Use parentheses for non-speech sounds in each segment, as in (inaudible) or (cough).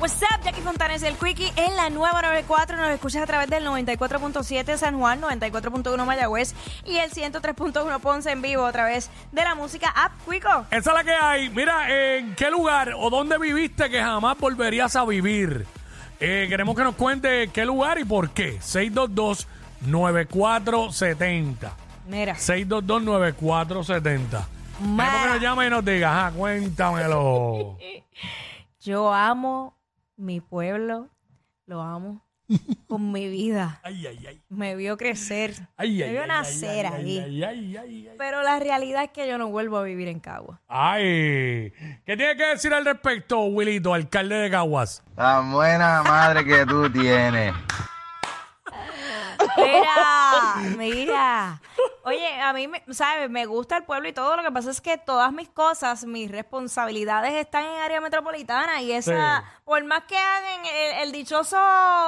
What's up, Jackie Fontanes, el Quickie en la nueva 94. Nos escuchas a través del 94.7 San Juan, 94.1 Mayagüez y el 103.1 Ponce en vivo a través de la música App Quico. Esa es la que hay. Mira, ¿en qué lugar o dónde viviste que jamás volverías a vivir? Eh, queremos que nos cuente qué lugar y por qué. 622-9470. Mira, 622-9470. Queremos que Mara. nos llame y nos diga, ajá, (laughs) cuéntamelo. yo amo mi pueblo, lo amo con mi vida. ay, ay, ay. Me vio crecer, Ay, me ay, vio ay, nacer ay, ahí. Ay, ay, ay, ay, ay. Pero la realidad es que yo no vuelvo a vivir en Cagua. Ay, ¿qué tiene que decir al respecto, Wilito, alcalde de Caguas? Tan buena madre que tú tienes. Mira, mira. Oye, a mí, me- ¿sabes? Me gusta el pueblo y todo. Lo que pasa es que todas mis cosas, mis responsabilidades están en área metropolitana y esa, Sí. por más que hagan el, el dichoso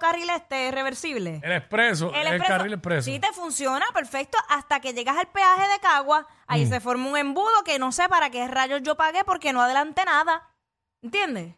carril este reversible. El expreso, el, carril expreso. Sí, te funciona perfecto hasta que llegas al peaje de Cagua. Ahí Mm. se forma un embudo que no sé para qué rayos yo pagué porque no adelanté nada. ¿Entiendes?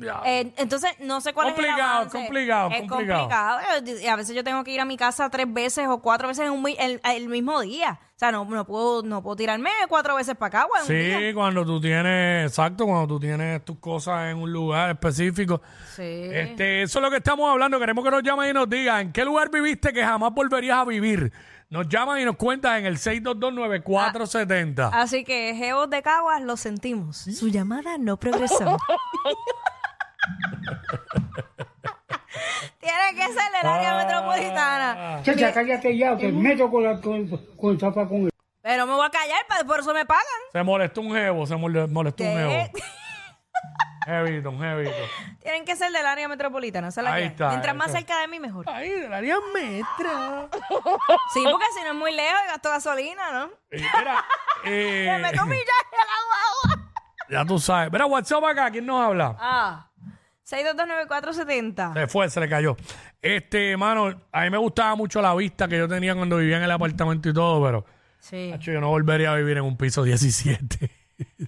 Ya. Eh, entonces, no sé cuál Complicado, es el avance. complicado, Es complicado. complicado. Eh, A veces yo tengo que ir a mi casa tres veces o cuatro veces en un mi- el, el mismo día. O sea, no, no puedo no puedo tirarme cuatro veces para acá, en un día. Sí, cuando tú tienes, exacto, cuando tú tienes tus cosas en un lugar específico. Sí. Este, eso es lo que estamos hablando. Queremos que nos llamen y nos digan en qué lugar viviste que jamás volverías a vivir. Nos llaman y nos cuentan en el 6229470. Así que, Geos de Caguas, lo sentimos. Su llamada no progresó. (laughs) Tiene que ser del área Ah. metropolitana. Chacha, cállate ya, o te meto con la con, con el tapa con el. Pero me voy a callar, pa- por eso me pagan. Se molestó un jevo, se mol- molestó un jevo. ¿Qué? Jevito, un jevito. (laughs) Tienen que ser del área metropolitana. esa es la Ahí que hay. está, Mientras ahí más está. cerca de mí, (laughs) mejor. Ay, del área metro. Sí, porque si no es muy lejos y gasto gasolina, ¿no? Eh, (laughs) Mira, eh, Me meto mi (laughs) llave a la guagua. ya tú sabes. Mira, WhatsApp acá, ¿quién nos habla? Ah, 6229470. Se fue, se le cayó. Este, mano, a mí me gustaba mucho la vista que yo tenía cuando vivía en el apartamento y todo, pero Sí. acho, yo no volvería a vivir en un piso (laughs) 17.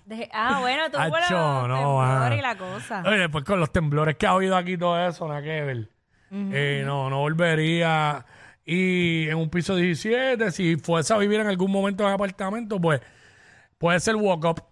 Deje- Ah, bueno, tú Acho, por los no, ah. temblores mano. y la cosa. Oye, después con los temblores que ha habido aquí todo eso, nada que ver. Eh, no, no volvería. Y en un piso 17, si fuese a vivir en algún momento en el apartamento, pues puede ser walk-up,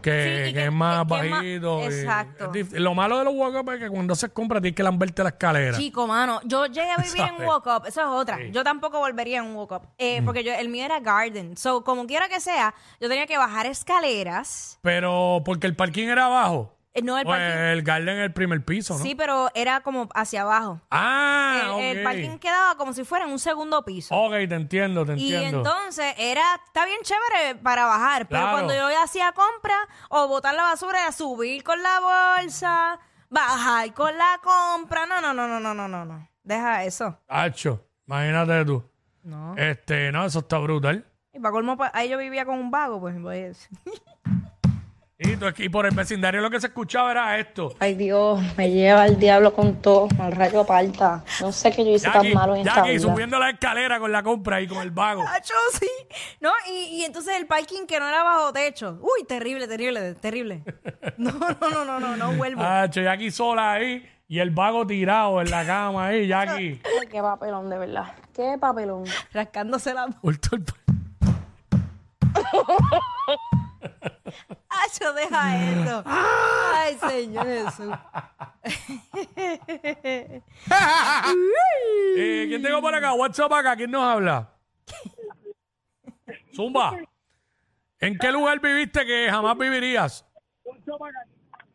que, Sí, y que que- es más que- que es más- bajito. y- exacto. es dif- lo malo de los walk-up es que cuando se compra tienes que lamberte la escalera. Chico, mano, yo llegué a vivir en ¿Sabes? Mm. walk-up, eso es otra. Yo tampoco volvería en walk-up, eh, porque yo, el mío era garden. So, como quiera que sea, yo tenía que bajar escaleras. Pero porque el parking era abajo. Eh, No el Pues, parking. el garden es el primer piso, ¿no? Sí, pero era como hacia abajo. Ah, el, el ok. parking quedaba como si fuera en un segundo piso. Ok, te entiendo, te Y entiendo. entonces era, está bien chévere para bajar, pero Claro. cuando yo hacía compra o botar la basura era subir con la bolsa, bajar con la compra. No, no, no, no, no, no, no, no. Deja eso. Hacho, imagínate tú. No. Este, no, eso está brutal. Y para colmo, pa- ahí yo vivía con un vago, pues. pues. Y, tú- y por el vecindario lo que se escuchaba era esto. (laughs) Ay Dios, me lleva el diablo con todo, al rayo aparta. No sé qué yo hice tan Jackie, malo en esta Jackie, vida. subiendo la escalera con la compra y con el vago. Acho, sí. No, y, y entonces el parking que no era bajo techo. Uy, terrible, terrible, terrible. No, no, no, no, no, no vuelvo. Hacho, Jackie sola ahí y el vago tirado en la cama ahí, Jackie. Ay, Qué papelón, de verdad. Qué papelón. Rascándose la. (laughs) Bulto el- Acho, deja eso. Ah. Ay, Señor Jesús. Eh, ¿Quién tengo por acá? WhatsApp acá, ¿quién nos habla? Zumba. ¿En qué lugar viviste que jamás vivirías?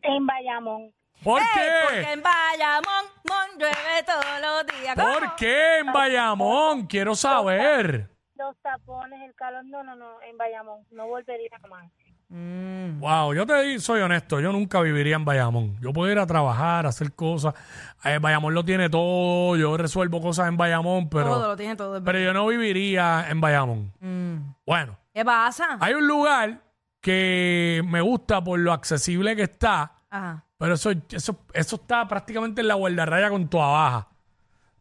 En Bayamón. ¿Por Ey, Porque qué? en Bayamón, mon, llueve todos los días. ¿Por ¿Cómo? qué en Bayamón? Quiero saber. Los tapones, el calor, no, no, no, en Bayamón. No volvería jamás. Mm. Wow, yo te di- soy honesto, yo nunca viviría en Bayamón. Yo puedo ir a trabajar, hacer cosas. Eh, Bayamón lo tiene todo, yo resuelvo cosas en Bayamón, Todo pero, lo tiene todo. pero yo no viviría en Bayamón. Mm. Bueno, ¿Qué pasa? hay un lugar que me gusta por lo accesible que está. Ajá. Pero eso, eso, eso está prácticamente en la guardarraya con toda baja.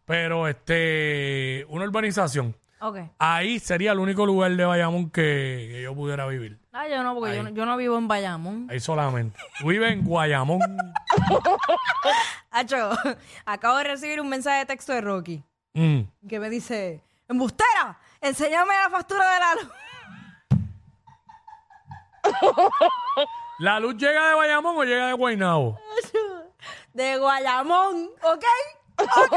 Pero este, una urbanización. Ok. Ahí sería el único lugar de Bayamón que, que yo pudiera vivir. Ah, yo no, porque yo no, yo no vivo en Bayamón. Ahí solamente. Vive en Guayamón. Acho, (laughs) acabo de recibir un mensaje de texto de Rocky Mm. que me dice, embustera, enséñame la factura de la luz. ¿La luz llega de Bayamón o llega de Guaynabo? (laughs) de Guayamón, ¿ok? ¿Ok?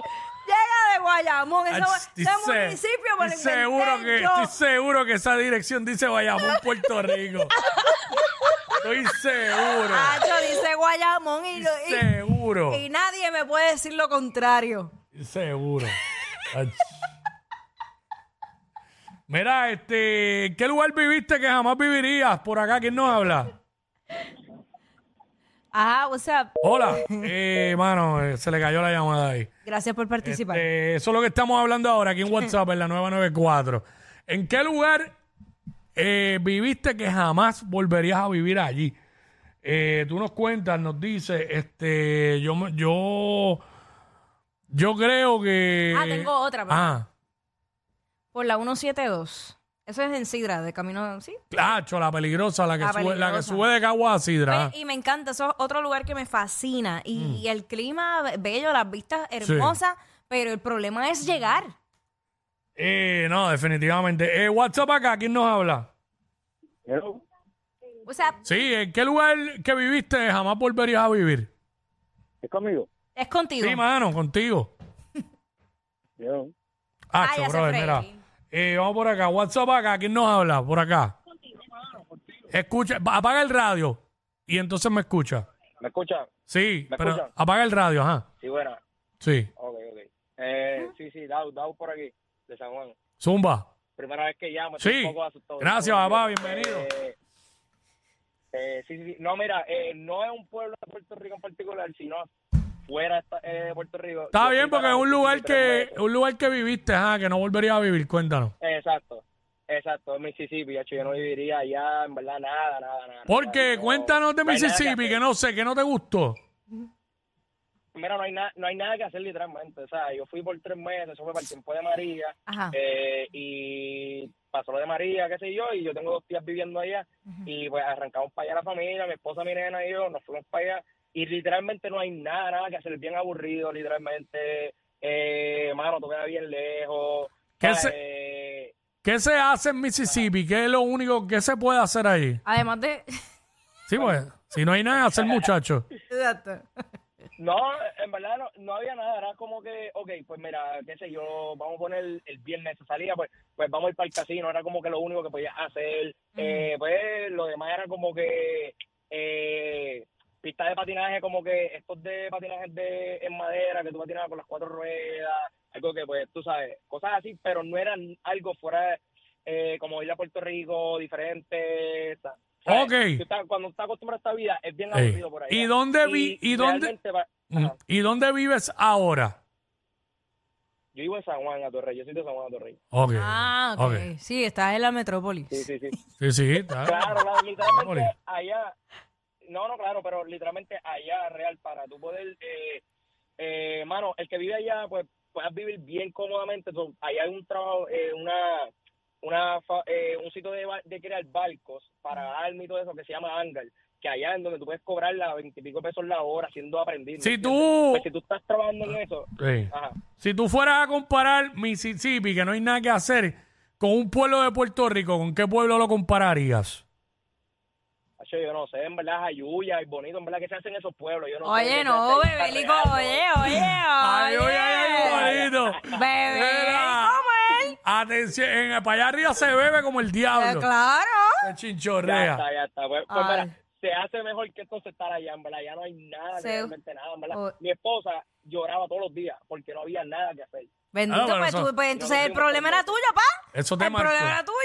(laughs) Llega de Guayamón, ese, Ach, ese dice- municipio me lo estoy inventé seguro que, yo. Estoy seguro que esa dirección dice Bayamón, (laughs) Puerto Rico. estoy seguro. Acho, dice Guayamón y, Ah, lo- y- seguro. y nadie me puede decir lo contrario. Seguro. Ach. Mira, este, ¿en ¿qué lugar viviste que jamás vivirías? Por acá, ¿quién nos habla? Ajá, o sea, Hola. Eh, mano, eh, se le cayó la llamada ahí. gracias por participar. Este, eso es lo que estamos hablando ahora aquí en WhatsApp, en la 994. ¿En qué lugar eh, viviste que jamás volverías a vivir allí? Eh, tú nos cuentas, nos dices, este, yo, me- yo, yo creo que... Ah, tengo otra, pa. Ah, Por la 172. Eso es en Sidra, de camino, ¿sí? clacho, la peligrosa, la que, La sube, la que peligrosa. sube de Cagua a Sidra. Oye, Y me encanta, eso es otro lugar que me fascina. Y, Mm. y el clima be- bello, las vistas hermosas, pero el problema es llegar. Eh, no, definitivamente. Eh, WhatsApp acá, ¿quién nos habla? O sea, Sí, ¿en qué lugar que viviste jamás volverías a vivir? ¿Es conmigo? es contigo. Sí, mano, contigo. Yo. Ah, Ay, hace brother, frío. mira. Eh, vamos por acá. WhatsApp acá. ¿Quién nos habla? Por acá. Escucha, pa- apaga el radio y entonces me escucha. ¿Me escucha? Sí, ¿Me pero escucha? apaga el radio, ajá. Sí, bueno. Sí. Ok, ok. Eh, sí, sí, Dau, Dau por aquí, de San Juan. Zumba. Primera vez que llamo, Sí. estoy un poco asustado. Gracias, papá, bienvenido. Eh, eh, sí, sí, sí. No, mira, eh, no es un pueblo de Puerto Rico en particular, sino fuera eh, de Puerto Rico. Está Yo bien fui para porque es un lugar 23 que metros. un lugar que viviste, ajá, que no volverías a vivir, cuéntanos. Eh, Exacto, exacto, en Mississippi, hecho, yo no viviría allá, en verdad, nada, nada, nada. Porque no, cuéntanos de no hay nada Mississippi, que hacer. no sé, que no te gustó. Mira, no hay, na- no hay nada que hacer literalmente, o sea, yo fui por tres meses, eso fue para el tiempo de María. Ajá. Eh, y pasó lo de María, qué sé yo, y yo tengo dos tías viviendo allá, y pues arrancamos para allá la familia, mi esposa, mi nena y yo, nos fuimos para allá, y literalmente no hay nada, nada que hacer, bien aburrido, literalmente, eh, mano, tú quedas bien lejos, ¿Qué Ah, se- eh, ¿Qué se hace en Mississippi? ¿Qué es lo único que se puede hacer ahí? Además (laughs) de... Sí, pues, si no hay nada que hacer, muchachos. Exacto. no, en verdad no, no había nada, era como que, ok, pues mira, qué sé yo, vamos a poner el viernes esa salida, pues, pues vamos a ir para el casino, era como que lo único que podías hacer, eh, pues lo demás era como que eh, pistas de patinaje, como que estos de patinaje de, en madera, que tú patinabas con las cuatro ruedas, algo que pues tú sabes, cosas así, pero no eran algo fuera, eh, como ir a Puerto Rico, diferente, sa- ¿sabes? Ok. Tú estás- cuando estás acostumbrado a esta vida, es bien Ey. aburrido por ahí. ¿Y dónde vi- y dónde- Ujú. ¿Y dónde vives ahora? Yo vivo en San Juan a Torrey, yo soy de San Juan a Torrey. Ok. Ah, ok. Sí, estás en la metrópolis. Sí, sí, sí. Sí, sí, está. Claro, claro, Torrey. literalmente allá. No, no, claro, pero literalmente allá, real, para tú poder. Eh, eh, mano, el que vive allá, pues puedas vivir bien cómodamente. So, allá hay un trabajo, eh, una, una fa- eh, un sitio de, ba- de crear barcos para armas y todo eso que se llama hangar. Que allá en donde tú puedes cobrar la 20 y pico pesos la hora siendo aprendiz. Si ¿me tú- Ah. entiendes? Pues, si tú estás trabajando en eso. Sí. Ajá. Si tú fueras a comparar Mississippi, que no hay nada que hacer, con un pueblo de Puerto Rico, ¿con qué pueblo lo compararías? Hacho, yo no sé, en verdad, Ayuya, es bonito, en verdad, que se hacen esos pueblos. Yo no sé Oye, qué no, se hace ahí, bebé, Lico, está oye, regando. oye, Ay, oye, oye. ay, bonito. Bebé, Mira. ¿cómo él? Atención, en- para allá arriba se bebe como el Eh, diablo. Claro. Se Ya chinchorrea. está, ya está. Pues, pues, Ay. mira, se hace mejor que entonces estar allá, en verdad. Ya no hay nada, Sí. realmente nada, en verdad. Oh. Mi esposa lloraba todos los días porque no había nada que hacer. Bendito, Ah, bueno, pues, eso- tú- pues, entonces Yo no el tengo problema era tuyo, pa. Eso te El marcó. problema era tuyo.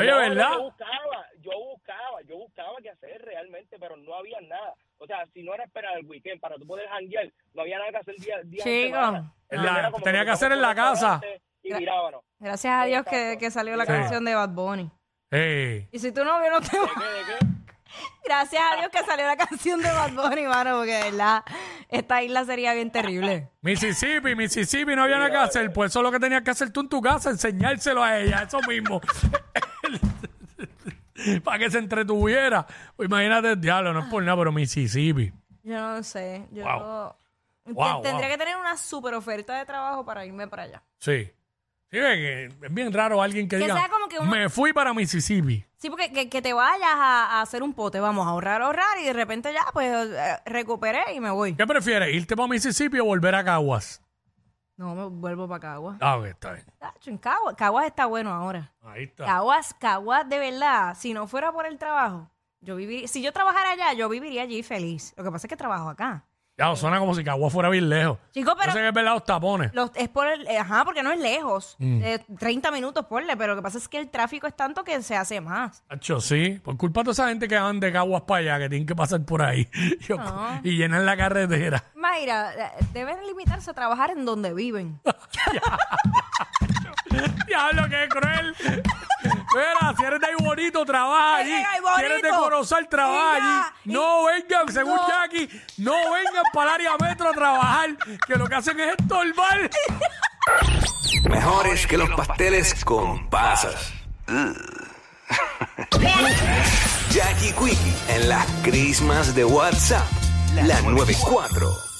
Oye, No, ¿verdad? Yo buscaba, yo buscaba, yo buscaba qué hacer realmente, pero no había nada. O sea, si no era esperar el weekend para tú poder janguear, no había nada que hacer día, día de Chico. semana. En la- Era como tenía que nos hacer en la vamos a un casa. restaurante Y mirábamos. Gracias a Dios que, que salió la Sí. canción de Bad Bunny. Ey. Y si tú no, yo no te ¿De qué, de qué? (laughs) Gracias a Dios que salió la canción de Bad Bunny, mano, porque de verdad, esta isla sería bien terrible. Mississippi, Mississippi, no había nada que hacer. Pues eso es lo que tenías que hacer tú en tu casa, enseñárselo a ella, eso mismo. (laughs) Para que se entretuviera. Pues imagínate, diablo, no es por nada, pero Mississippi. Yo no sé. Yo Wow. Te- Wow, tendría wow. que tener una super oferta de trabajo para irme para allá. Sí. Sí, que es bien raro alguien que, Que diga, sea como que uno- me fui para Mississippi. Sí, porque que, que te vayas a, a hacer un pote, vamos a ahorrar, ahorrar y de repente ya, pues eh, recuperé y me voy. ¿Qué prefieres, irte para Mississippi o volver a Caguas? No, me vuelvo para Caguas. Ah, ok, está bien. Tacho, en Caguas, Caguas está bueno ahora. Ahí está. Caguas, Caguas, de verdad, si no fuera por el trabajo, yo viviría, si yo trabajara allá, yo viviría allí feliz. Lo que pasa es que trabajo acá. Ya, suena como si Caguas fuera bien lejos. Chico, pero Yo sé que es verdad los tapones. Los- es por el, eh, ajá, porque no es lejos. Mm. Eh, 30 minutos, ponle, pero lo que pasa es que el tráfico es tanto que se hace más. Hacho, sí. Por culpa de toda esa gente que van de Caguas para allá, que tienen que pasar por ahí (laughs) Yo- Ah. y llenan la carretera. (laughs) Mayra, eh, deben limitarse a trabajar en donde viven. Diablo, qué cruel. Mira, si eres de ahí bonito, trabaja allí. Eres de Aybonito. Si eres de Corozal, trabaja Mira, allí. No vengan, según No. Jackie, no vengan para el área metro a trabajar, que lo que hacen es (laughs) estorbar. Mejores que los pasteles con pasas. Ugh. Jackie Quickie en las crismas de WhatsApp. La 94.